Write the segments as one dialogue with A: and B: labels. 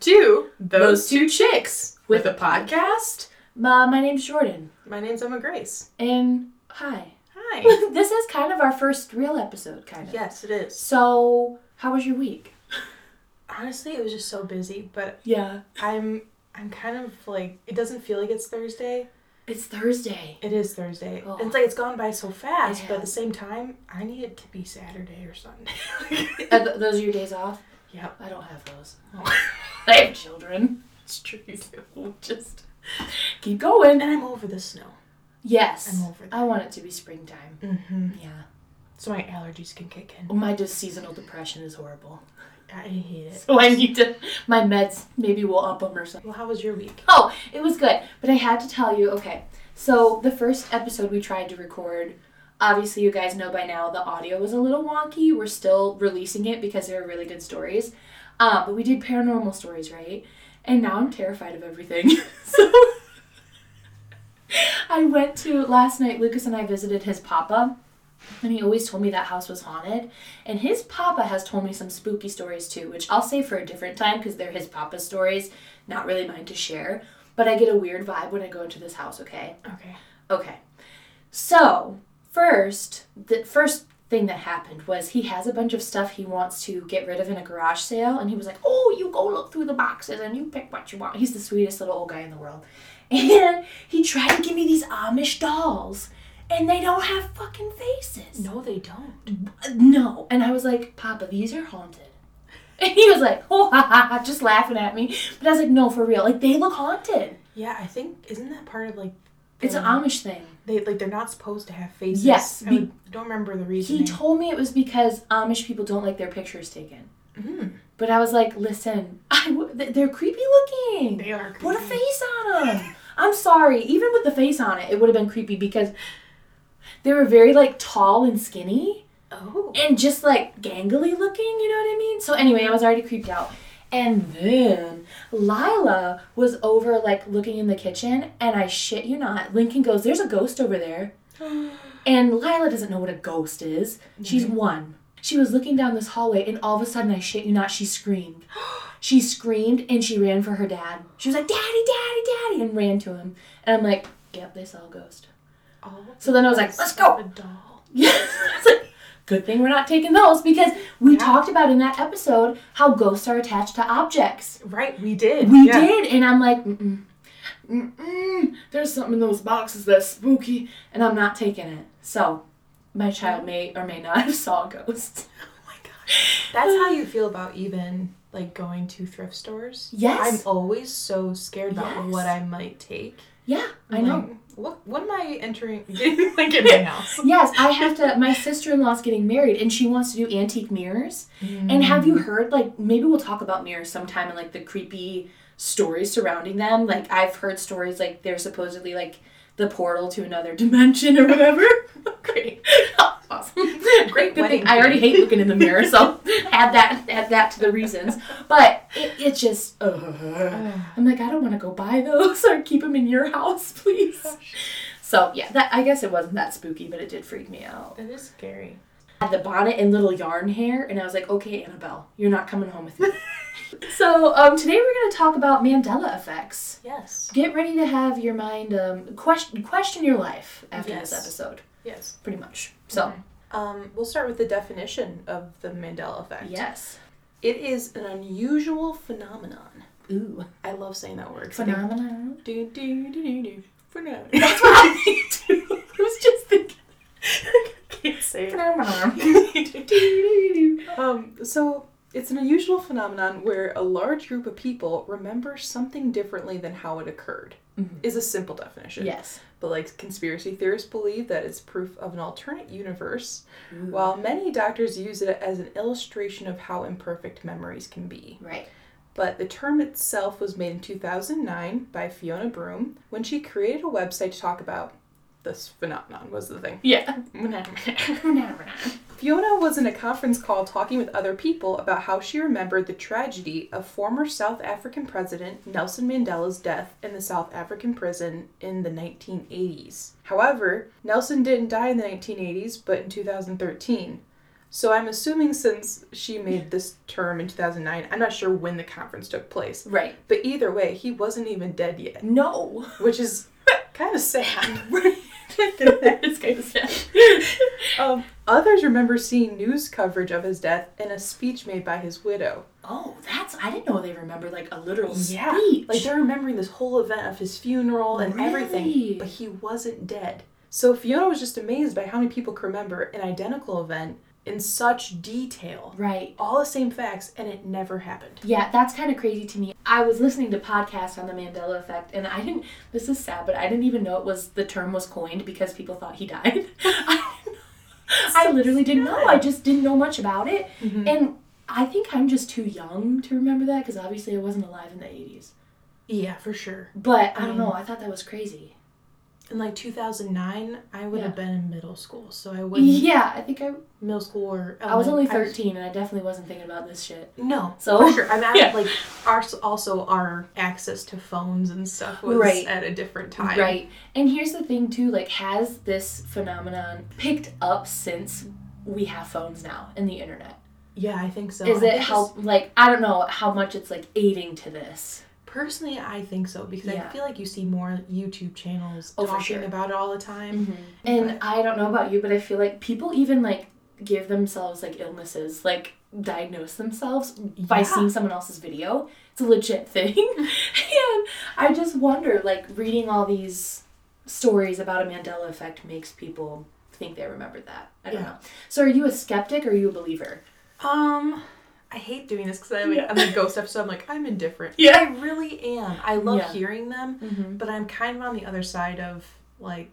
A: to
B: Those two chicks
A: with
B: with.
A: a podcast.
B: Uh, my name's Jordan,
A: My name's Emma Grace.
B: and hi.
A: Hi.
B: this is kind of our first real episode, kind of.
A: yes, it is.
B: So, how was your week?
A: Honestly, it was just so busy, but
B: Yeah,
A: I'm I'm kind of like it doesn't feel like it's Thursday.
B: it's Thursday.
A: It is Thursday.
B: Oh.
A: It's like it's gone by so fast, but at
B: Yeah.
A: the same time, I need it to be Saturday or Sunday.
B: Uh, th- those are your days off?
A: Yep.
B: I don't have those. I have children.
A: it's true you do.
B: Just keep going.
A: And I'm over the snow.
B: Yes.
A: I'm over that.
B: I want it to be springtime.
A: Mm-hmm.
B: Yeah.
A: So my allergies can kick in.
B: My just seasonal depression is horrible.
A: Oh, I hate it.
B: So I need to, my meds maybe will up them or something.
A: Well, how was your week?
B: Oh, it was good. But I had to tell you, okay. So the first episode we tried to record, obviously you guys know by now the audio was a little wonky. We're still releasing it because they were really good stories. Um, but we did paranormal stories, right? And now I'm terrified of everything. so I went to last night Lucas and I visited his papa. And he always told me that house was haunted. And his papa has told me some spooky stories too, which I'll save for a different time because they're his papa's stories, not really mine to share. But I get a weird vibe when I go into this house, okay?
A: Okay.
B: Okay. So, first, the first thing that happened was he has a bunch of stuff he wants to get rid of in a garage sale. And he was like, Oh, you go look through the boxes and you pick what you want. He's the sweetest little old guy in the world. And he tried to give me these Amish dolls. And they don't have fucking faces.
A: No, they
B: Mm.
A: don't.
B: No. And I was like, Papa, these are haunted. And he was like, oh, ha, ha, ha, just laughing at me. But I was like, no, for real. Like, they look haunted.
A: Yeah, I think isn't that part of like
B: It's an
A: their-
B: Amish thing.
A: They like they're not supposed to have faces.
B: Yes,
A: I
B: be-
A: would- don't remember the reason.
B: He told me it was because Amish people don't like their pictures taken.
A: Mm-hmm.
B: But I was like, listen, I w- th- they're creepy looking.
A: they are.
B: Put a
A: creepy.
B: face on them. I'm sorry. Even with the face on it, it would have been creepy because they were very like tall and skinny.
A: Oh,
B: and just like gangly looking, you know what I mean? So anyway, I was already creeped out. And then Lila was over like looking in the kitchen and I shit you not, Lincoln goes, There's a ghost over there. and Lila doesn't know what a ghost is. She's one. She was looking down this hallway and all of a sudden I shit you not, she screamed. she screamed and she ran for her dad. She was like, Daddy, Daddy, Daddy and ran to him. And I'm like, Yep, they saw a ghost.
A: oh.
B: So then I was like, Let's go.
A: A doll.
B: Yes. It's like, Good thing we're not taking those because we
A: Yeah.
B: talked about in that episode how ghosts are attached to objects.
A: Right, we did.
B: We
A: Yeah.
B: did, and I'm like, mm-mm, mm-mm, there's something in those boxes that's spooky, and I'm not taking it. So, my child may or may not have saw ghosts.
A: Oh my gosh. That's how you feel about even like going to thrift stores.
B: Yes.
A: I'm always so scared about
B: Yes.
A: what I might take.
B: Yeah, I
A: I'm
B: know.
A: like, what what am I entering getting like in my house?
B: Yes, I have to. My sister in law's getting married, and she wants to do antique mirrors. And have you heard like maybe we'll talk about mirrors sometime and like the creepy stories surrounding them? Like I've heard stories like they're supposedly like the portal to another dimension or whatever. Great. awesome.
A: Great
B: Good
A: wedding
B: thing. I already
A: planning.
B: hate looking in the mirror, so add that add that to the reasons. But it, it just uh,
A: Ugh.
B: I'm like I don't want to go buy those or keep them in your house, please. So yeah, that I guess it wasn't that spooky, but it did freak me out
A: That is scary.
B: had the bonnet and little yarn hair, and I was like, okay, Annabelle, you're not coming home with me. so um, today we're going to talk about Mandela effects.
A: Yes.
B: Get ready to have your mind um, question question your life after this
A: Yes.
B: episode,
A: Yes.
B: pretty much. So
A: Um, we'll start with the definition of the Mandela effect.
B: yes,
A: It is an unusual phenomenon.
B: ooh,
A: I love saying that word.
B: phenomenon.
A: Do, do, do, do, do. Phenomenon.
B: That's what I need to. I was just thinking
A: can't say it.
B: phenomenon.
A: um, so it's an unusual phenomenon where a large group of people remember something differently than how it occurred.
B: Mhm.
A: Is a simple definition.
B: Yes.
A: But like conspiracy theorists believe that it's proof of an alternate universe, while many doctors use it as an illustration of how imperfect memories can be.
B: Right.
A: But the term itself was made in 2009 by Fiona Broom when she created a website to talk about this phenomenon was the thing.
B: Yeah. Phenomenon.
A: Fiona was in a conference call talking with other people about how she remembered the tragedy of former South African President Nelson Mandela's death in the South African prison in the 1980s. However, Nelson didn't die in the 1980s, but in 2013. So I'm assuming since she made this term in 2009, I'm not sure when the conference took place.
B: Right.
A: But either way, he wasn't even dead yet,
B: No.
A: which is kind of sad.
B: it's kind of sad.
A: Um, others remember seeing news coverage of his death and a speech made by his widow.
B: Oh, that's I didn't know they remember like a literal
A: Yeah,
B: speech.
A: Like they're remembering this whole event of his funeral and
B: Really?
A: everything, but he wasn't dead. So Fiona was just amazed by how many people could remember an identical event in such detail,
B: right.
A: all the same facts, and it never happened.
B: Yeah, that's kind of crazy to me. I was listening to podcasts on the Mandela effect and I didn't this is sad, but I didn't even know it was the term was coined because people thought he died. I, didn't know. I literally didn't know. I just didn't know much about it. And I think I'm just too young to remember that because obviously I wasn't alive in the 80s.
A: Yeah, for sure.
B: But I don't know. I thought that was crazy.
A: In like 2009, I would
B: Yeah.
A: have been in middle school, so I wouldn't
B: Yeah, I think I
A: middle school or
B: Mm-hmm. I was only
A: elementary-
B: 13 and I definitely wasn't thinking about this shit.
A: No,
B: So-
A: for sure. I'm at,
B: Yeah.
A: like our also our access to phones and stuff was
B: Right.
A: at a different time.
B: Right. And here's the thing too, like has this phenomenon picked up since we have phones now and the internet?
A: Yeah, I think so.
B: Is
A: Oh, I
B: it
A: think
B: how like I don't know how much it's like aiding to this.
A: Personally, I think so because
B: Yeah.
A: I feel like you see more YouTube channels
B: Oh, for
A: talking
B: sure. Mm-hmm.
A: about it all the time.
B: And I don't know about you, but I feel like people even like give themselves like illnesses, like diagnose themselves by
A: Yeah.
B: seeing someone else's video. It's a legit thing. and I just wonder like reading all these stories about a Mandela effect makes people think they remember that. I don't
A: Yeah.
B: know. So are you a skeptic or are you a believer?
A: Um, I hate doing this because I'm, like,
B: Yeah.
A: I'm a ghost episode. I'm like, I'm indifferent.
B: Yeah.
A: I really am. I love
B: Yeah.
A: hearing them,
B: Mm-hmm.
A: but I'm kind of on the other side of like,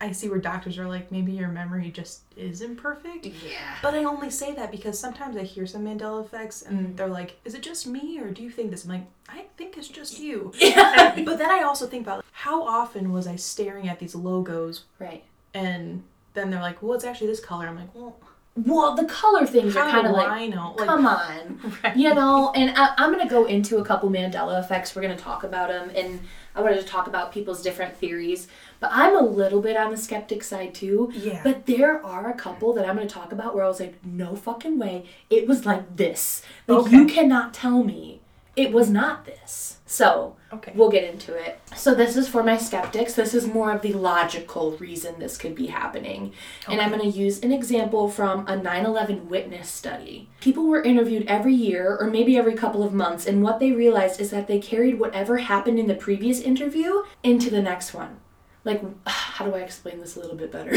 A: I see where doctors are like, maybe your memory just isn't perfect.
B: Yeah.
A: But I only say that because sometimes I hear some Mandela effects and
B: Mm.
A: they're like, is it just me or do you think this? I'm like, I think it's just you. And- but then I also think about like, how often was I staring at these logos
B: Right.
A: and then they're like, well, it's actually this color. I'm like, well,
B: Well, the color things
A: how
B: are kind
A: do
B: of like
A: I know? Like,
B: come on you know and I, i'm going to go into a couple mandela effects we're going to talk about them and i wanted to talk about people's different theories but i'm a little bit on the skeptic side too
A: Yeah.
B: but there are a couple that i'm going to talk about where i was like no fucking way it was like this like you
A: Okay.
B: cannot tell me it was not this so
A: Okay.
B: we'll get into it so this is for my skeptics this is more of the logical reason this could be happening and i'm
A: Okay.
B: going to use an example from a 9-11 witness study people were interviewed every year or maybe every couple of months and what they realized is that they carried whatever happened in the previous interview into the next one like how do i explain this a little bit better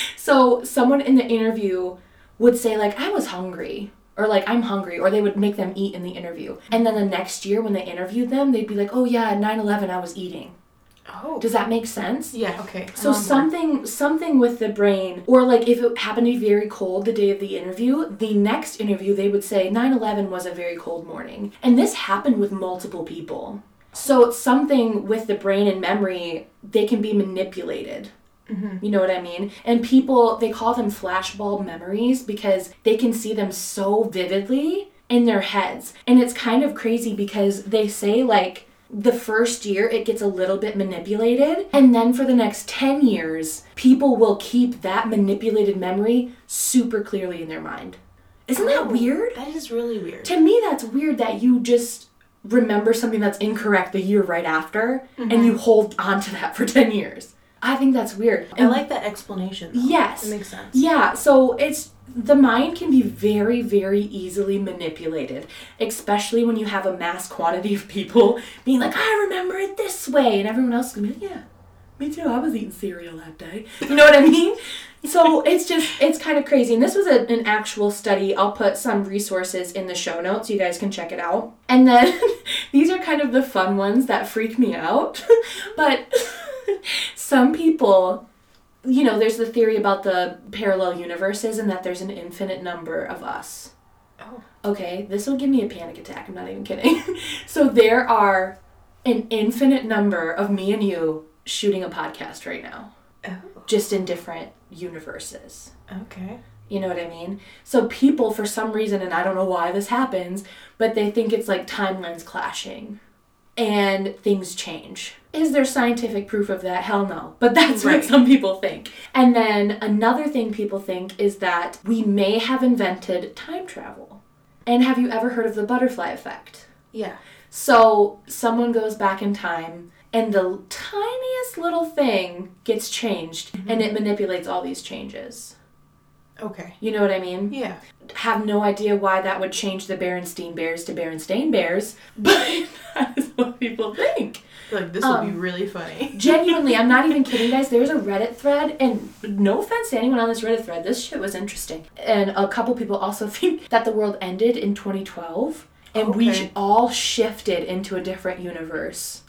B: so someone in the interview would say like i was hungry or like i'm hungry or they would make them eat in the interview and then the next year when they interviewed them they'd be like oh yeah at 9-11 i was eating
A: oh.
B: does that make sense
A: yeah. Okay. Um,
B: so something something with the brain or like if it happened to be very cold the day of the interview the next interview they would say 9-11 was a very cold morning and this happened with multiple people so it's something with the brain and memory they can be manipulated you know what I mean? And people, they call them flashbulb memories because they can see them so vividly in their heads. And it's kind of crazy because they say, like, the first year it gets a little bit manipulated. And then for the next 10 years, people will keep that manipulated memory super clearly in their mind. Isn't that weird?
A: that is really weird.
B: to me that's weird that you just remember something that's incorrect the year right after and you hold on to that for 10 years i think that's weird
A: I like that explanation. though.
B: yes
A: It makes sense.
B: yeah so it's the mind can be very very easily manipulated especially when you have a mass quantity of people being like i remember it this way and everyone else is gonna be like yeah me too i was eating cereal that day you know what i mean so it's just it's kind of crazy and this was a, an actual study i'll put some resources in the show notes you guys can check it out and then these are kind of the fun ones that freak me out but some people you know there's the theory about the parallel universes and that there's an infinite number of us
A: Oh.
B: okay this will give me a panic attack i'm not even kidding so there are an infinite number of me and you shooting a podcast right now
A: Oh.
B: just in different universes.
A: Okay.
B: You know what I mean? So people, for some reason, and I don't know why this happens, but they think it's like timelines clashing. and things change. Is there scientific proof of that? Hell no. But that's
A: Right.
B: what some people think. And then another thing people think is that we may have invented time travel. And have you ever heard of the butterfly effect?
A: Yeah.
B: So someone goes back in time, and the tiniest little thing gets changed, and it manipulates all these changes.
A: Okay.
B: You know what I mean?
A: Yeah.
B: Have no idea why that would change the Berenstain Bears to Berenstain Bears, but that is what people think.
A: Like this
B: Um,
A: would be really funny.
B: Genuinely, I'm not even kidding, guys. There's a Reddit thread, and no offense to anyone on this Reddit thread, this shit was interesting. And a couple people also think that the world ended in 2012, and we
A: Okay.
B: all shifted into a different universe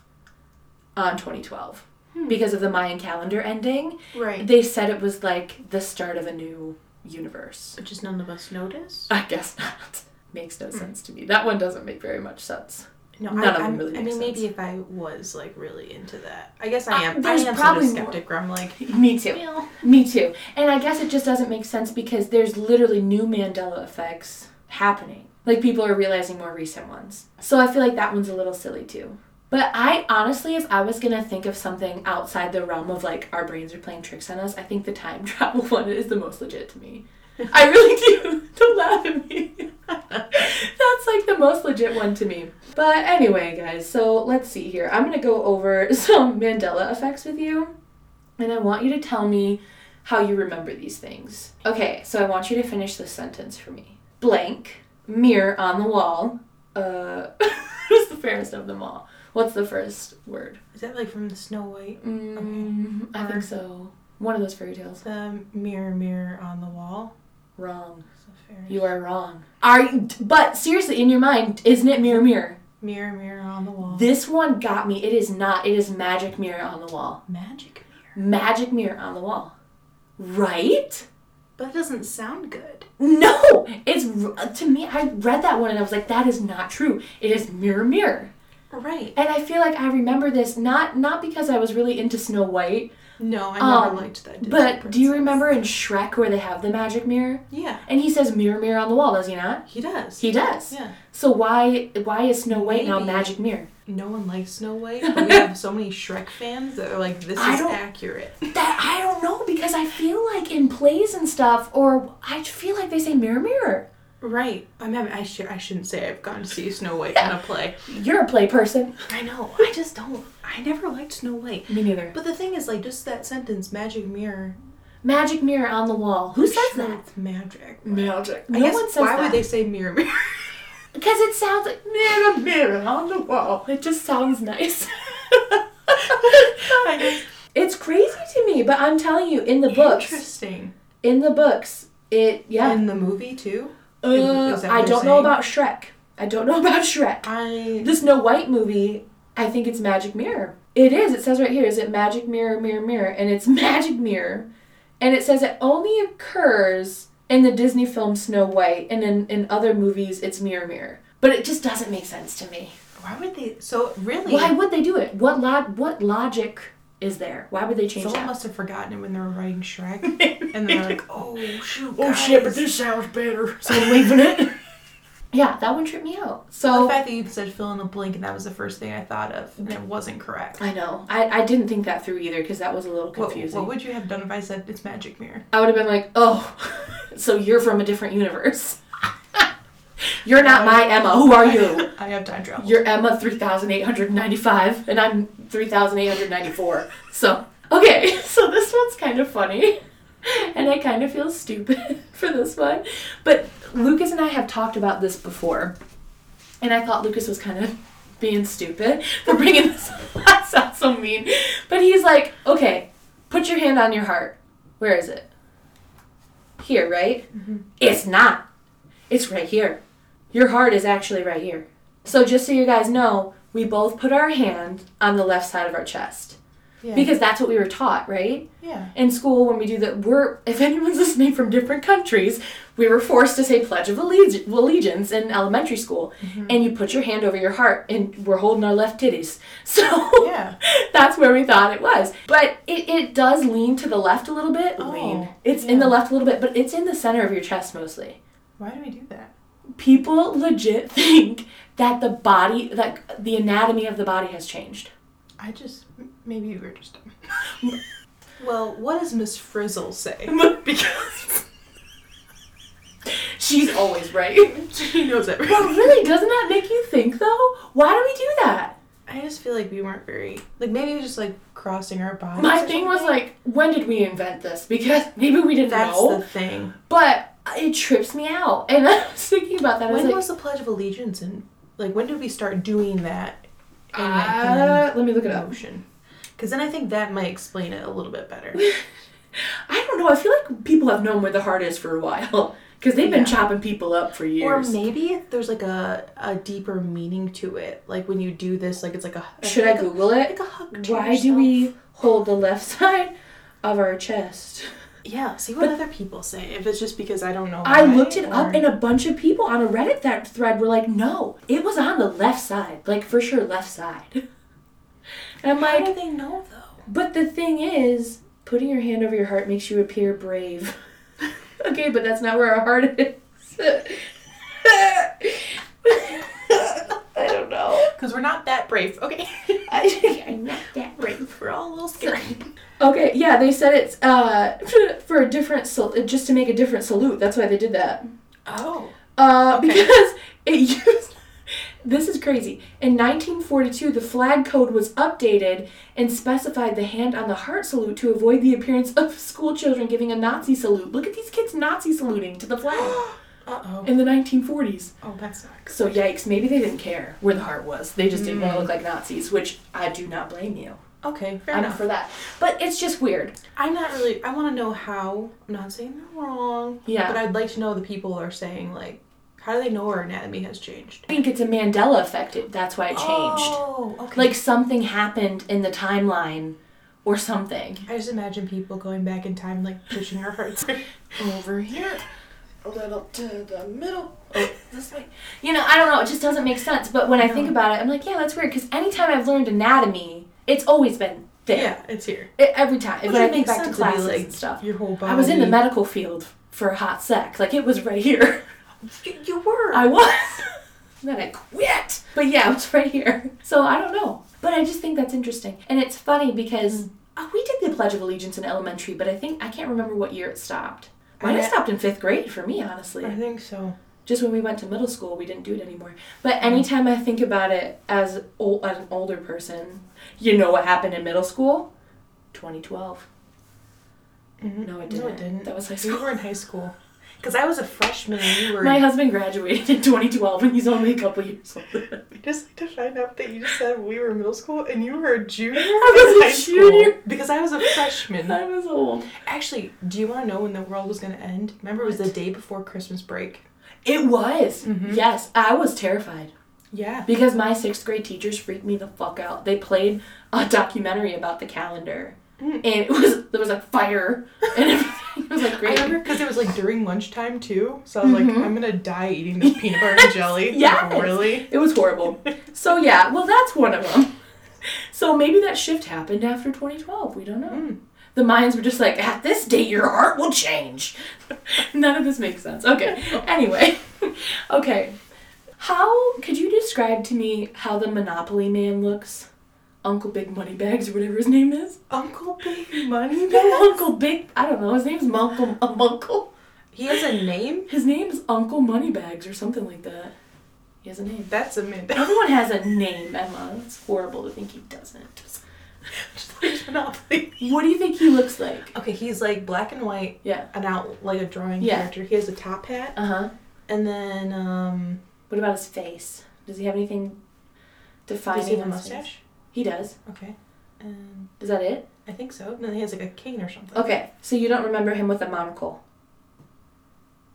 B: on 2012 because of the Mayan calendar ending.
A: Right.
B: They said it was like the start of a new universe.
A: But just none of us notice.
B: I guess not. Makes no sense to me. That one doesn't make very much sense.
A: No,
B: none
A: I,
B: of them
A: I'm-
B: really
A: I
B: make
A: mean, maybe
B: sense.
A: if I was like really into that, I guess I
B: I-
A: am. I,
B: there's
A: am sort
B: probably
A: of
B: more.
A: skeptic where I'm like,
B: Me too.
A: well,
B: Me too. And I guess it just doesn't make sense because there's literally new Mandela effects happening. Like people are realizing more recent ones. So I feel like that one's a little silly too. But I honestly, if I was gonna think of something outside the realm of like our brains are playing tricks on us, I think the time travel one is the most legit to me. I really do. Don't laugh at me. That's like the most legit one to me. But anyway, guys, so let's see here. I'm gonna go over some Mandela effects with you. And I want you to tell me how you remember these things. Okay, so I want you to finish this sentence for me. Blank, mirror on the wall. Uh, who's the fairest of them all? What's the first word?
A: is that like from the Snow White?
B: Mm, I think so. One of those fairy tales.
A: The mirror, mirror on the wall.
B: Wrong.
A: Is that fair?
B: You are wrong. Are but seriously, in your mind, isn't it mirror mirror?
A: Mirror, mirror on the wall.
B: This one got me. It is not. It is magic mirror on the wall.
A: Magic mirror.
B: Magic mirror on the wall. Right?
A: But it doesn't sound good.
B: No, it's r- to me. I read that one and I was like, that is not true. It is mirror, mirror.
A: Right.
B: And I feel like I remember this not not because I was really into Snow White,
A: No, I
B: Um,
A: never liked that. Disney
B: but do you
A: princess.
B: remember in Shrek where they have the magic mirror?
A: Yeah,
B: And he says mirror, mirror on the wall, does he not?
A: he does.
B: He does.
A: Yeah.
B: So why why is Snow White now
A: Maybe.
B: magic mirror?
A: No one likes Snow White, but we have so many Shrek fans that are like, this is
B: I don't-
A: accurate.
B: That I don't know because I feel like in plays and stuff, or I feel like they say mirror, mirror.
A: Right. I'm having, I, sh- I shouldn't say I've gone to see Snow White in a play.
B: You're a play person.
A: I know. I just don't. I never liked Snow White.
B: Me neither.
A: But the thing is, like, just that sentence, magic mirror.
B: Magic mirror on the wall. Who says that?
A: Truth, Magic.
B: Magic.
A: I
B: No
A: guess,
B: one says
A: why
B: that.
A: would they say mirror, mirror?
B: Because it sounds like mirror, mirror on the wall. It just sounds nice. it's crazy to me, but I'm telling you, in the books,
A: Interesting.
B: in the books, it yeah.
A: In the movie, too?
B: Uh,
A: is that what
B: I
A: you're
B: don't know
A: saying?
B: about Shrek. I don't know about Shrek.
A: I.
B: The Snow White movie, I think it's Magic Mirror. It is. It says right here, is it Magic Mirror, Mirror, Mirror? And it's Magic Mirror. And it says it only occurs in the Disney film Snow White, and in, in other movies, it's Mirror, Mirror. But it just doesn't make sense to me.
A: Why would they? So, really?
B: Why would they do it? What lo- what logic is there? Why would they change
A: Someone
B: that?
A: must have forgotten it when they were writing Shrek. and they're like, oh, shoot. guys."
B: this sounds better. So I'm leaving it. yeah, that one tripped me out.
A: The
B: So
A: fact that you said fill in the blank and that was the first thing I thought of, and it wasn't correct.
B: I know. I, I didn't think that through either because that was a little
A: What,
B: confusing.
A: what would you have done if I said it's magic mirror?
B: I would have been like, oh, so you're from a different universe. you're not my Emma. Who are you?
A: I have time travel.
B: Oh. You're Emma 3895, and I'm 3894. So, okay, so this one's kind of funny, and I kind of feel stupid for this one. But Lucas and I have talked about this before, and I thought Lucas was kind of being stupid for bringing this up. That sounds so mean. But he's like, okay, put your hand on your heart. Where is it? Here, right? It's not. It's right here. Your heart is actually right here. So just so you guys know, we both put our hand on the left side of our chest
A: yeah.
B: because that's what we were taught, right?
A: yeah.
B: In school, when we do that, we're if anyone's listening from different countries, we were forced to say Pledge of Alleg- Allegiance in elementary school,
A: Mm-hmm.
B: and you put your hand over your heart, and we're holding our left titties. So
A: Yeah.
B: that's where we thought it was. But it, it does lean to the left a little bit.
A: Oh,
B: lean. It's in the
A: yeah.
B: left a little bit, but it's in the center of your chest mostly
A: Why do we do that?
B: people legit think that the body, like the anatomy of the body has changed.
A: I just maybe you were just dumb. well, what does Miss Frizzle say? because
B: She's always right.
A: she knows
B: But
A: everything.
B: really, doesn't that make you think though? Why do we do that?
A: I just feel like we weren't very like maybe it was just like crossing our bodies.
B: My
A: or
B: thing was
A: something.
B: like, when did we invent this? Because maybe we didn't
A: that's
B: know,
A: the thing.
B: but it trips me out. And I was thinking about that. I was
A: When
B: like,
A: was the Pledge of Allegiance and like when did we start doing that in like
B: uh, let me look it
A: the
B: up.
A: motion? Because then I think that might explain it a little bit better.
B: I don't know. I feel like people have known where the heart is for a while because they've been
A: Yeah.
B: chopping people up for
A: Or
B: years.
A: maybe there's like a, a deeper meaning to it. Like when you do this, like it's like a
B: Should I
A: like a-
B: Google it?
A: like a hug. To
B: Why do
A: yourself.
B: we hold the left side of our chest?
A: Yeah, see what other people say. If it's just because I don't know.
B: I
A: why,
B: looked it up,
A: or-
B: and a bunch of people on a Reddit that thread were like, "No, it was on the left side, like for sure, left side." And I'm
A: how do
B: like,
A: they know though?
B: but the thing is, putting your hand over your heart makes you appear brave. okay, but that's not where our heart is. I don't know.
A: Because we're not that brave. Okay,
B: I, I'm not that brave.
A: we're all a little scary.
B: Okay, yeah, they said it's uh for a different sal- just to make a different salute. That's why they did that.
A: oh,
B: Uh,
A: Okay.
B: because it used. This is crazy. In 1942, the flag code was updated and specified the hand on the heart salute to avoid the appearance of school children giving a Nazi salute. Look at these kids Nazi saluting to the flag
A: uh oh,
B: in the 1940s.
A: oh that sucks.
B: So yikes, maybe they didn't care where the heart was. They just didn't want
A: Hmm.
B: to look like Nazis, which I do not blame you.
A: Okay, fair
B: I'm
A: enough.
B: for that. But it's just weird.
A: I'm not really. I want to know how. I'm not saying they're wrong.
B: Yeah.
A: but I'd like to know the people are saying like, how do they know our anatomy has changed?
B: I think it's a Mandela effect. It- That's why it changed.
A: Oh, okay.
B: Like something happened in the timeline or something.
A: I just imagine people going back in time, like pushing our hearts.
B: Over here. A little to the middle. Oh, this way. You know, I don't know. It just doesn't make sense. But when I think about it, I'm like, yeah, that's weird. Because anytime I've learned anatomy, it's always been there.
A: yeah, it's here.
B: It- every time.
A: Which
B: when I
A: would
B: think
A: make
B: back to
A: sense to be,
B: classes
A: like,
B: and stuff.
A: Your whole body.
B: I was in the medical field for a hot sec. Like, it was right here.
A: You, you were.
B: I was. And then I quit. But yeah, it was right here. So I don't know. But I just think that's interesting. And it's funny because uh, we did the Pledge of Allegiance in elementary, but I think I can't remember what year it stopped. Mine
A: I-
B: it stopped in fifth grade for me, honestly.
A: I think so.
B: Just when we went to middle school, we didn't do it anymore. But anytime I think about it as ol- as an older person, you know what happened in middle school? 2012.
A: Mhm.
B: No, it
A: No,
B: didn't.
A: it didn't.
B: That was high
A: We
B: school.
A: were in high school. Because I was a freshman and you were.
B: My husband graduated in 2012, and he's only a couple years older.
A: I just like to find out that you just said we were middle school and you were a junior.
B: I
A: in
B: was a
A: high school.
B: junior.
A: Because I was a freshman.
B: I was old.
A: Actually, do you want to know when the world was going to end? Remember, it was the day before Christmas break.
B: It was.
A: Mhm.
B: Yes, I was terrified
A: Yeah.
B: because my sixth grade teachers freaked me the fuck out. They played a documentary about the calendar,
A: Mm.
B: and it was there was like fire and everything. It was like
A: I
B: great.
A: remember Mm-hmm. because it was like during lunchtime too, so I was like, I'm gonna die eating this peanut butter and jelly.
B: Yes.
A: Like, really?
B: It was horrible. So yeah, well that's one of them. So maybe that shift happened after 2012. We don't know. The minds were just like, at this date, your heart will change. None of this makes sense. Okay. Anyway. Okay. How could you describe to me how the Monopoly Man looks? Uncle Big Money Bags or whatever his name is.
A: Uncle Big Money
B: No,
A: Bag?
B: Uncle Big. I don't know. His name's Uncle. Um, Uncle.
A: He has a name.
B: His name's Uncle Moneybags or something like that. He has a name.
A: That's a man.
B: Everyone has a name, Emma. It's horrible to think he doesn't.
A: Monopoly.
B: What do you think he looks like?
A: Okay, he's like black and white,
B: Yeah.
A: an out like a drawing
B: Yeah.
A: character. He has a top hat,
B: Uh huh.
A: and then um,
B: What about his face? Does he have anything defining?
A: does he have a
B: on his face?
A: mustache?
B: He does.
A: Okay, um,
B: Is that it?
A: I think so. And then he has like a cane or something.
B: Okay. So you don't remember him with a monocle,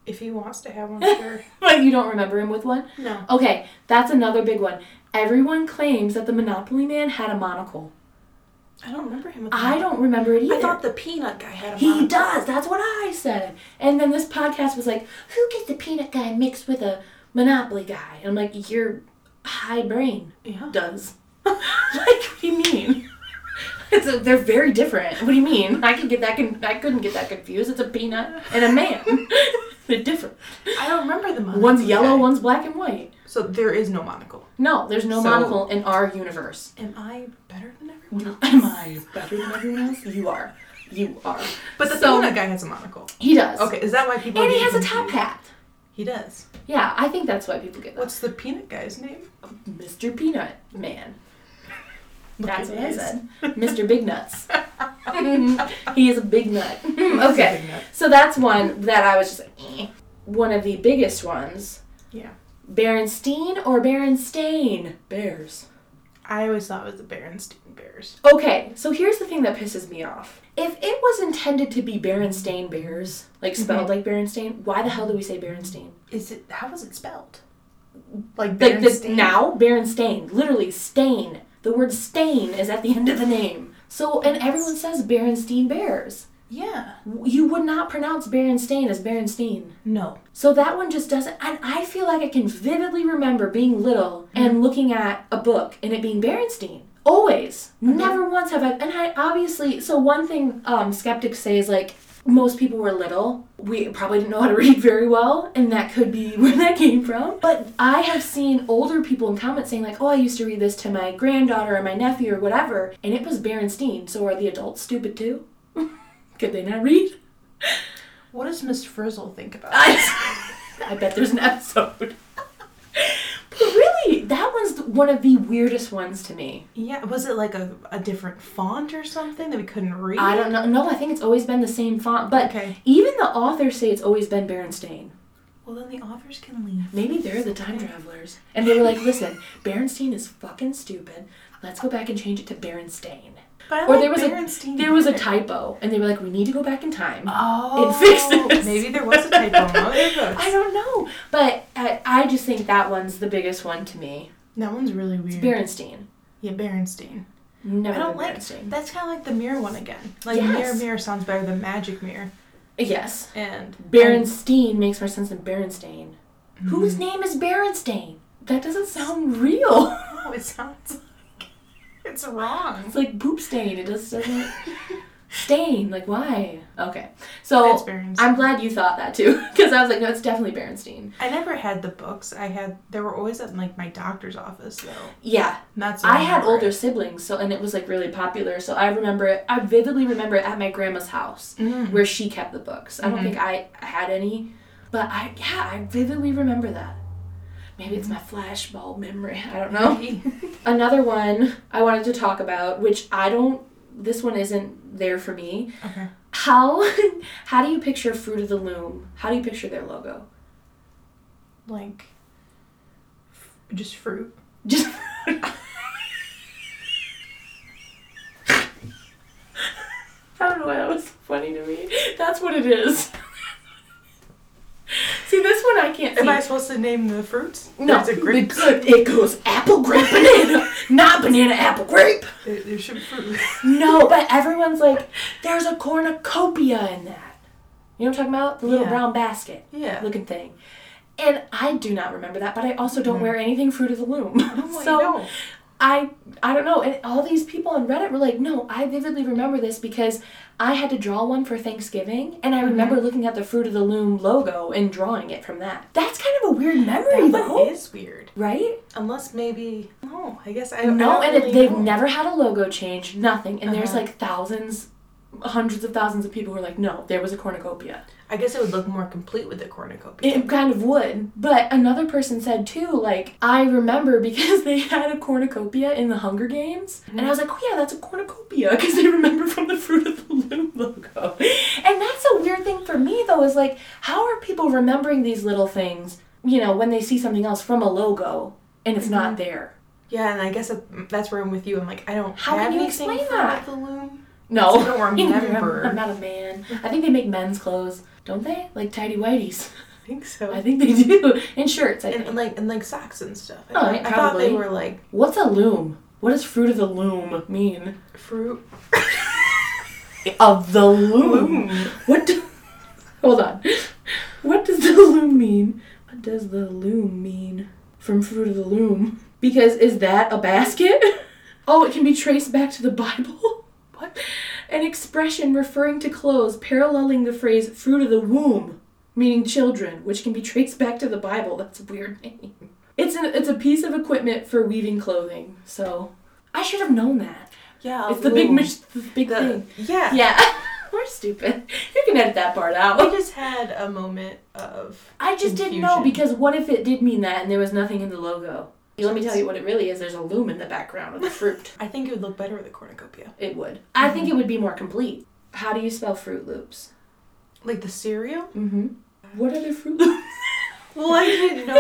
A: If he wants to have one, sure.
B: but you don't remember him with one.
A: No.
B: Okay, that's another big one. Everyone claims that the Monopoly Man had a monocle.
A: I don't remember him. With
B: I don't remember it either.
A: I thought the peanut guy had a.
B: He
A: monocle.
B: does. That's what I said. And then this podcast was like, who gets the peanut guy mixed with a Monopoly guy? And I'm like, your high brain
A: Yeah.
B: does. like, what do you mean? It's a, they're very different. What do you mean? I could get that. Con- I couldn't get that confused. It's a peanut and a man. they're different.
A: I don't remember the monocle.
B: One's yellow.
A: guy.
B: One's black and white.
A: So there is no monocle.
B: No, there's no
A: So-
B: monocle in our universe.
A: Am I better than everyone?
B: Am I better than everyone else? You are. You are.
A: But the
B: So-
A: donut guy has a monocle.
B: He does.
A: Okay, is that why people? are
B: And he
A: getting
B: has a top
A: confused?
B: hat.
A: He does.
B: Yeah, I think that's why people get that.
A: What's the peanut guy's name?
B: Mr. Peanut Man.
A: Look
B: That's
A: at
B: what I
A: his.
B: said. Mr. Big Nuts. he is a big nut. okay.
A: Big nut.
B: So that's one that I was just like, eh. one of the biggest ones.
A: Yeah.
B: Berenstein or Berenstain? Bears.
A: I always thought it was the Berenstain Bears.
B: Okay, so here's the thing that pisses me off. If it was intended to be Berenstain Bears, like spelled like Berenstain, why the hell do we say Berenstain?
A: Is it? How was it spelled? Like
B: Like this
A: Berenstain?
B: now, Berenstain. Literally, stain. The word stain is at the end of the name. So, and everyone says Berenstain Bears.
A: Yeah.
B: You would not pronounce Berenstain as Berenstain.
A: No.
B: So that one just doesn't. And I feel like I can vividly remember being little and looking at a book and it being Berenstain. Always. Never once have I. And I obviously. So one thing um, skeptics say is like most people were little. We probably didn't know how to read very well, and that could be where that came from. But I have seen older people in comments saying like, "Oh, I used to read this to my granddaughter or my nephew or whatever," and it was Berenstain. So are the adults stupid too? could they not read?
A: What does Miss Frizzle think about? it?
B: I, I bet there's an episode. but really, that one's th- one of the weirdest ones to me.
A: Yeah. Was it like a, a different font or something that we couldn't read?
B: I don't know. No, I think it's always been the same font. But
A: Okay.
B: even the authors say it's always been Berenstain.
A: Well, then the authors can leave.
B: Maybe they're the time travelers. And they were like, listen, Berenstain is fucking stupid. Let's go back and change it to Berenstain.
A: But I
B: Or
A: like
B: there was a-
A: Berenstain
B: There was a
A: Bears.
B: typo, and they were like, we need to go back in time.
A: Oh,
B: It fixes.
A: Maybe there was a typo. No, there was.
B: I don't know. But I, I just think that one's the biggest one to me.
A: That one's really
B: It's
A: weird.
B: Berenstain.
A: yeah, Berenstain.
B: Never
A: I don't
B: been
A: like.
B: Berenstain.
A: That's kind of like the mirror one again. Like
B: Yes.
A: mirror, mirror sounds better than magic mirror.
B: Yes.
A: And um,
B: Berenstain makes more sense than Berenstain.
A: Mhm.
B: Whose name is Berenstain? That doesn't sound real.
A: Oh, it sounds like it's wrong.
B: It's like poop stain. It just doesn't stain. Like why? Okay.
A: It's
B: So
A: Berenstain.
B: I'm glad you thought that too, because I was like, no, it's definitely Berenstain.
A: I never had the books. I had they were always at like my doctor's office though.
B: Yeah,
A: And that's
B: I had
A: remember
B: older
A: it.
B: siblings, so and it was like really popular. So I remember it. I vividly remember it at my grandma's house
A: Mm.
B: where she kept the books. I don't
A: Mhm.
B: think I had any, but I yeah, I vividly remember that. Maybe it's my
A: Mm-hmm.
B: flashbulb memory. I don't know. Another one I wanted to talk about, which I don't. This one isn't there for me.
A: Okay.
B: How how do you picture Fruit of the Loom? How do you picture their logo?
A: Like f- just fruit.
B: Just I don't know why that was funny to me. That's what it is. See this one I can't.
A: Am
B: see.
A: I supposed to name the fruits?
B: no,
A: There's a grape.
B: it go- It goes apple, grape, banana, not banana, apple, grape.
A: There, there should be fruit.
B: No, but everyone's like, there's a cornucopia in that. You know what I'm talking about? The little
A: Yeah.
B: brown basket
A: yeah.
B: looking thing. And I do not remember that, but I also don't wear anything Fruit of the Loom.
A: Mm-hmm. Oh, I
B: so
A: know.
B: I I don't know. And all these people on Reddit were like, no, I vividly remember this because I had to draw one for Thanksgiving and I remember
A: Mm-hmm.
B: looking at the Fruit of the Loom logo and drawing it from that. That's kind of a weird memory
A: that
B: though.
A: one is weird.
B: Right?
A: Unless maybe no, I guess I I
B: No,
A: don't
B: and it,
A: really
B: they've
A: know.
B: never had a logo change, nothing. And there's
A: Uh-huh.
B: like thousands, hundreds of thousands of people who are like, no, there was a cornucopia.
A: I guess it would look more complete with the cornucopia.
B: It kind of would. But another person said too, like, I remember because they had a cornucopia in the Hunger Games. And I was like, oh yeah, that's a cornucopia because I remember from the Fruit of the Loom logo. And that's a weird thing for me though, is like, how are people remembering these little things, you know, when they see something else from a logo and it's not there?
A: yeah, and I guess that- that's where I'm with you. I'm like, I don't
B: How
A: have
B: can you
A: anything
B: explain
A: for
B: that?
A: the loom.
B: No.
A: I don't remember.
B: I'm not a man. I think they make men's clothes, don't they? Like tidy whities.
A: I think so.
B: I think they do. And shirts, I
A: and,
B: think.
A: and like and like socks and stuff. I,
B: Oh,
A: thought-
B: yeah,
A: I thought they
B: probably.
A: were like
B: What's a loom? What does fruit of the loom mean?
A: fruit.
B: Of the loom.
A: Loom.
B: What do- Hold on. What does the loom mean? What does the loom mean from fruit of the loom? Because is that a basket? Oh, it can be traced back to the Bible.
A: What?
B: An expression referring to clothes paralleling the phrase fruit of the womb, meaning children, which can be traced back to the Bible. That's a weird name. It's an it's a piece of equipment for weaving clothing. So I should have known that.
A: Yeah.
B: It's the big
A: ooh.
B: mis- the big
A: The-
B: thing.
A: Yeah.
B: Yeah. We're stupid. You can edit that part
A: We
B: out.
A: just had a moment of
B: I just didn't know
A: Confusion.
B: because what if it did mean that and there was nothing in the logo? Let me tell you what it really is. There's a loom in the background with the fruit.
A: I think it would look better with a cornucopia.
B: It would. I think it would be more complete. How do you spell Fruit Loops?
A: Like the cereal?
B: Mm-hmm. What are the Fruit Loops?
A: Well, I didn't know.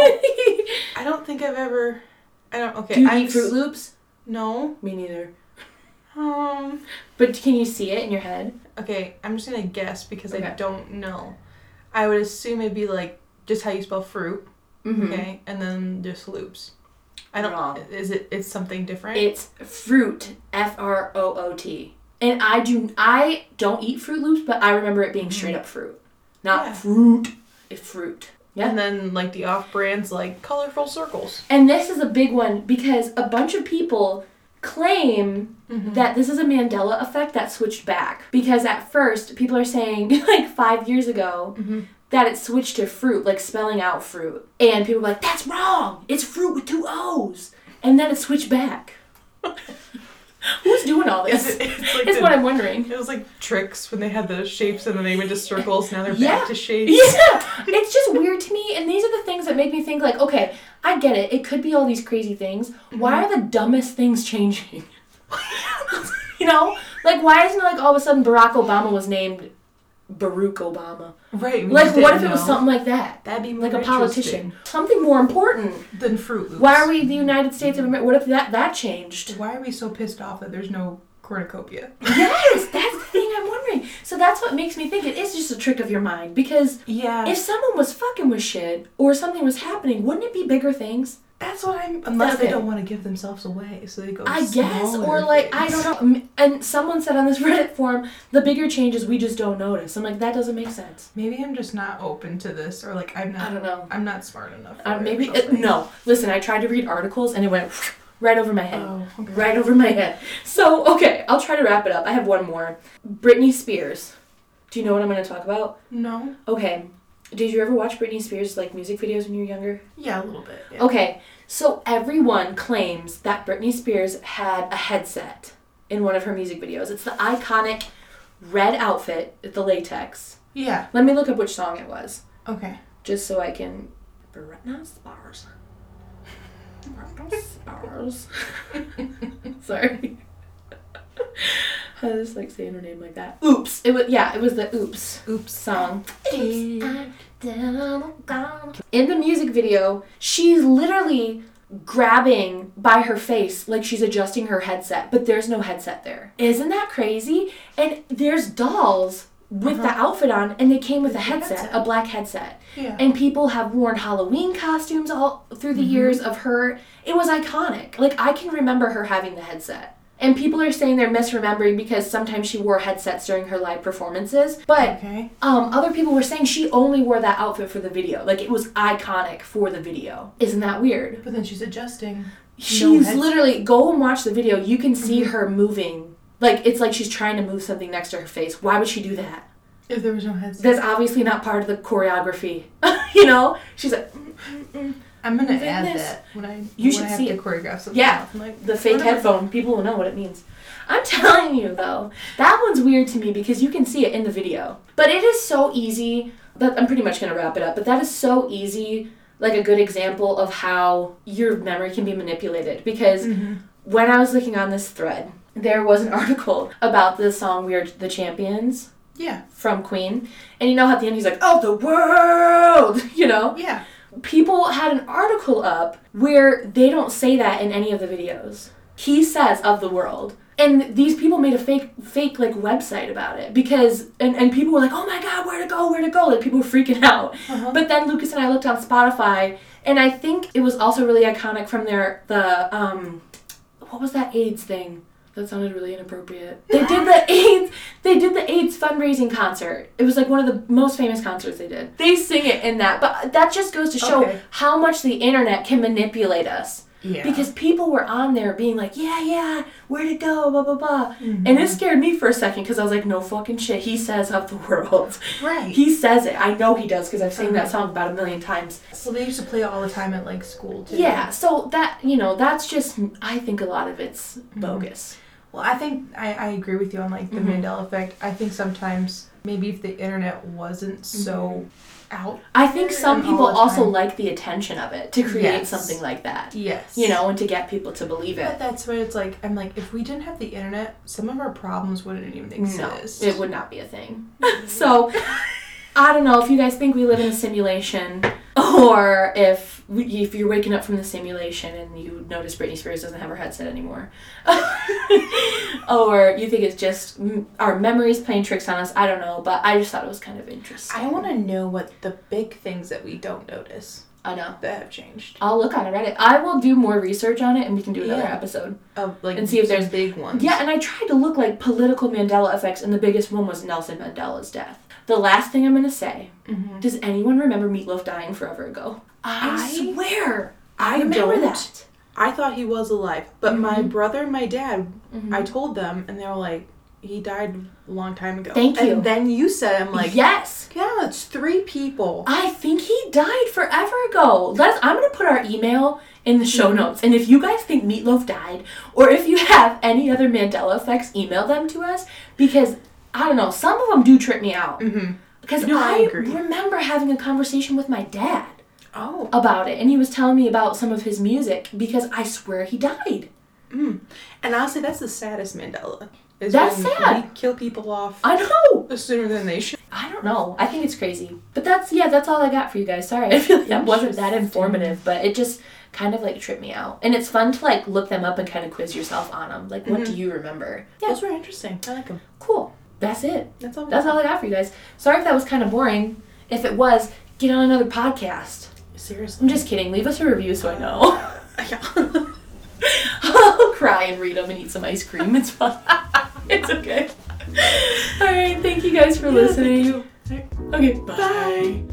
A: I don't think I've ever. I don't. Okay.
B: do you
A: I've
B: eat Fruit Loops?
A: No.
B: Me neither.
A: Um.
B: But can you see it in your head?
A: Okay, I'm just gonna guess because I
B: Okay.
A: don't know. I would assume it'd be like just how you spell fruit,
B: Mm-hmm.
A: okay, and then just loops. I don't.
B: Wrong.
A: Is it? It's something different.
B: It's fruit, F R O O T. And I do I don't eat Fruit Loops, but I remember it being straight up fruit, not
A: Yeah.
B: fruit. It's fruit. Yeah.
A: And then like the off brands like colorful circles.
B: And this is a big one because a bunch of people claim
A: Mm-hmm.
B: that this is a Mandela effect that switched back. Because at first, people are saying, like five years ago,
A: Mm-hmm.
B: that it switched to fruit, like spelling out fruit. And people were like, that's wrong! It's fruit with two O's! And then it switched back. Who's doing all this?
A: Is it- it's like
B: It's
A: the-
B: what I'm wondering.
A: It was like tricks when they had the shapes and then they went to circles. Now they're
B: Yeah.
A: back to shapes.
B: Yeah, it's just weird to me, and these are the things that make me think like, okay, I get it. It could be all these crazy things.
A: Mm-hmm.
B: Why are the dumbest things changing? you know, like why isn't it like all of a sudden Barack Obama was named Barack Obama?
A: Right. we
B: Like,
A: just
B: what if
A: didn't
B: it was
A: know.
B: something like that?
A: That'd be more
B: Like a politician,
A: interesting
B: something more important.
A: than Fruit Loops.
B: Why are we the United States of America? What if that that changed?
A: Why are we so pissed off that there's no cornucopia?
B: yes, that's the thing I'm wondering. So that's what makes me think it is just a trick of your mind because
A: Yeah.
B: If someone was fucking with shit or something was happening, wouldn't it be bigger things?
A: That's what I'm. Unless they
B: Okay.
A: don't want to give themselves away, so they go.
B: I guess,
A: smaller
B: or like I
A: things.
B: don't know. Mm, And someone said on this Reddit forum, the bigger changes we just don't notice. I'm like, that doesn't make sense.
A: Maybe I'm just not open to this, or like I'm
B: I
A: not.
B: don't know.
A: I'm not smart enough. For
B: Uh,
A: it or
B: maybe it,
A: something.
B: no. Listen, I tried to read articles and it went right over my head.
A: Oh, okay.
B: Right over my head. So okay, I'll try to wrap it up. I have one more. Britney Spears. Do you know what I'm going to talk about?
A: No.
B: Okay. Did you ever watch Britney Spears like music videos when you were younger?
A: Yeah, a little bit. yeah.
B: Okay, so everyone claims that Britney Spears had a headset in one of her music videos. It's the iconic red outfit, the latex.
A: Yeah.
B: Let me look up which song it was,
A: Okay.
B: just so I can. Britney Spears. Britney Spears. Sorry. I just like saying her name like that. Oops. It was yeah. It was the Oops
A: Oops.
B: song. In the music video, she's literally grabbing by her face like she's adjusting her headset, but there's no headset there. Isn't that crazy? And there's dolls with the outfit on, and they came with a headset,
A: Uh-huh. headset.
B: a black headset.
A: Yeah.
B: And people have worn Halloween costumes all through the years of her. It was iconic. Like, I can remember her having the headset. And people are saying they're misremembering because sometimes she wore headsets during her live performances. But
A: okay.
B: um, other people were saying she only wore that outfit for the video. Like it was iconic for the video. Isn't that weird?
A: But then she's adjusting.
B: She's
A: headset.
B: literally go and watch the video. You can see her moving. Like it's like she's trying to move something next to her face. Why would she do that?
A: If there was no headset,
B: That's obviously not part of the choreography. you know? She's like
A: I'm gonna
B: then
A: add
B: this-
A: that when I
B: You
A: when
B: should
A: I have
B: see
A: to
B: it.
A: choreograph something.
B: Yeah.
A: else. I'm like
B: the fake
A: whatever.
B: headphone. People will know what it means. I'm telling you though, that one's weird to me because you can see it in the video. But it is so easy. That I'm pretty much gonna wrap it up. But that is so easy, like a good example of how your memory can be manipulated. Because when I was looking on this thread, there was an article about the song "We Are the Champions"
A: Yeah.
B: from Queen, and you know how at the end he's like, "Oh, the world," you know
A: Yeah.
B: people had an article up where they don't say that in any of the videos. He says of the world. And these people made a fake fake like website about it because and, and people were like, Oh my god, where to go, where to go? Like people were freaking out. But then Lucas and I looked on Spotify and I think it was also really iconic from their the um what was that AIDS thing? That sounded really inappropriate. They did the AIDS they did the AIDS fundraising concert. It was like one of the most famous concerts they did. They sing it in that, but that just goes to show
A: Okay.
B: how much the internet can manipulate us.
A: Yeah.
B: Because people were on there being like, yeah, yeah, where to go, blah, blah, blah.
A: Mm-hmm.
B: And it scared me for a second because I was like, no fucking shit. He says of the world.
A: right.
B: He says it. I know he does because I've sang that
A: Uh-huh.
B: song about a million times.
A: so they used to play it all the time at like school too.
B: Yeah, so that, you know, that's just, I think a lot of it's
A: Mm-hmm.
B: bogus.
A: Well, I think I, I agree with you on like the
B: Mm-hmm.
A: Mandela effect. I think sometimes maybe if the internet wasn't so out,
B: I think some
A: And
B: people
A: all the
B: also
A: time.
B: like the attention of it to create
A: Yes.
B: something like that,
A: yes,
B: you know, and to get people to believe it.
A: But that's where it's like I'm like if we didn't have the internet, some of our problems wouldn't even
B: No,
A: exist.
B: it would not be a thing. so, I don't know if you guys think we live in a simulation, or if we, if you're waking up from the simulation and you notice Britney Spears doesn't have her headset anymore, or you think it's just mm, our memories playing tricks on us. I don't know, but I just thought it was kind of interesting.
A: I want to know what the big things that we don't notice
B: I know.
A: that have changed.
B: I'll look on Reddit. I will do more research on it, and we can do another
A: Yeah.
B: episode.
A: Of like
B: And see if
A: some
B: there's-
A: big ones.
B: Yeah, and I tried to look like political Mandela effects, and the biggest one was Nelson Mandela's death. The last thing I'm gonna say
A: Mhm.
B: Does anyone remember Meatloaf dying forever ago? I, swear,
A: I don't.
B: that.
A: I thought he was alive, but my
B: Mhm.
A: brother and my dad,
B: Mhm.
A: I told them, and they were like, "He died a long time ago."
B: Thank you.
A: And then you said, "I'm like,
B: yes,
A: yeah, it's three people."
B: I think he died forever ago. Let's. I'm gonna put our email in the
A: Mm-hmm.
B: show notes, and if you guys think Meatloaf died, or if you have any other Mandela effects, email them to us because I don't know. Some of them do trip me out
A: Mm-hmm.
B: because
A: No, I
B: I,
A: agree.
B: remember having a conversation with my dad
A: Oh,
B: about it, and he was telling me about some of his music because I swear he died.
A: and honestly, that's the saddest Mandela. Is
B: That's
A: when
B: sad.
A: We kill people off
B: I know.
A: sooner than they should.
B: I don't know. I think it's crazy. But that's yeah, that's all I got for you guys. Sorry, I feel like that wasn't that informative, but it just kind of like tripped me out. And it's fun to like look them up and kind of quiz yourself on them. Like, what do you remember? Yeah,
A: Those were interesting. I like them.
B: cool. That's it.
A: That's all. we
B: That's
A: got.
B: all I got for you guys. Sorry if that was kind of boring. If it was, get on another podcast.
A: Seriously.
B: I'm just kidding. Leave us a review so I know.
A: Yeah.
B: I'll cry and read them and eat some ice cream. It's fun. it's okay. All right. Thank you guys for
A: Yeah, thank
B: listening.
A: you.
B: Okay.
A: Bye.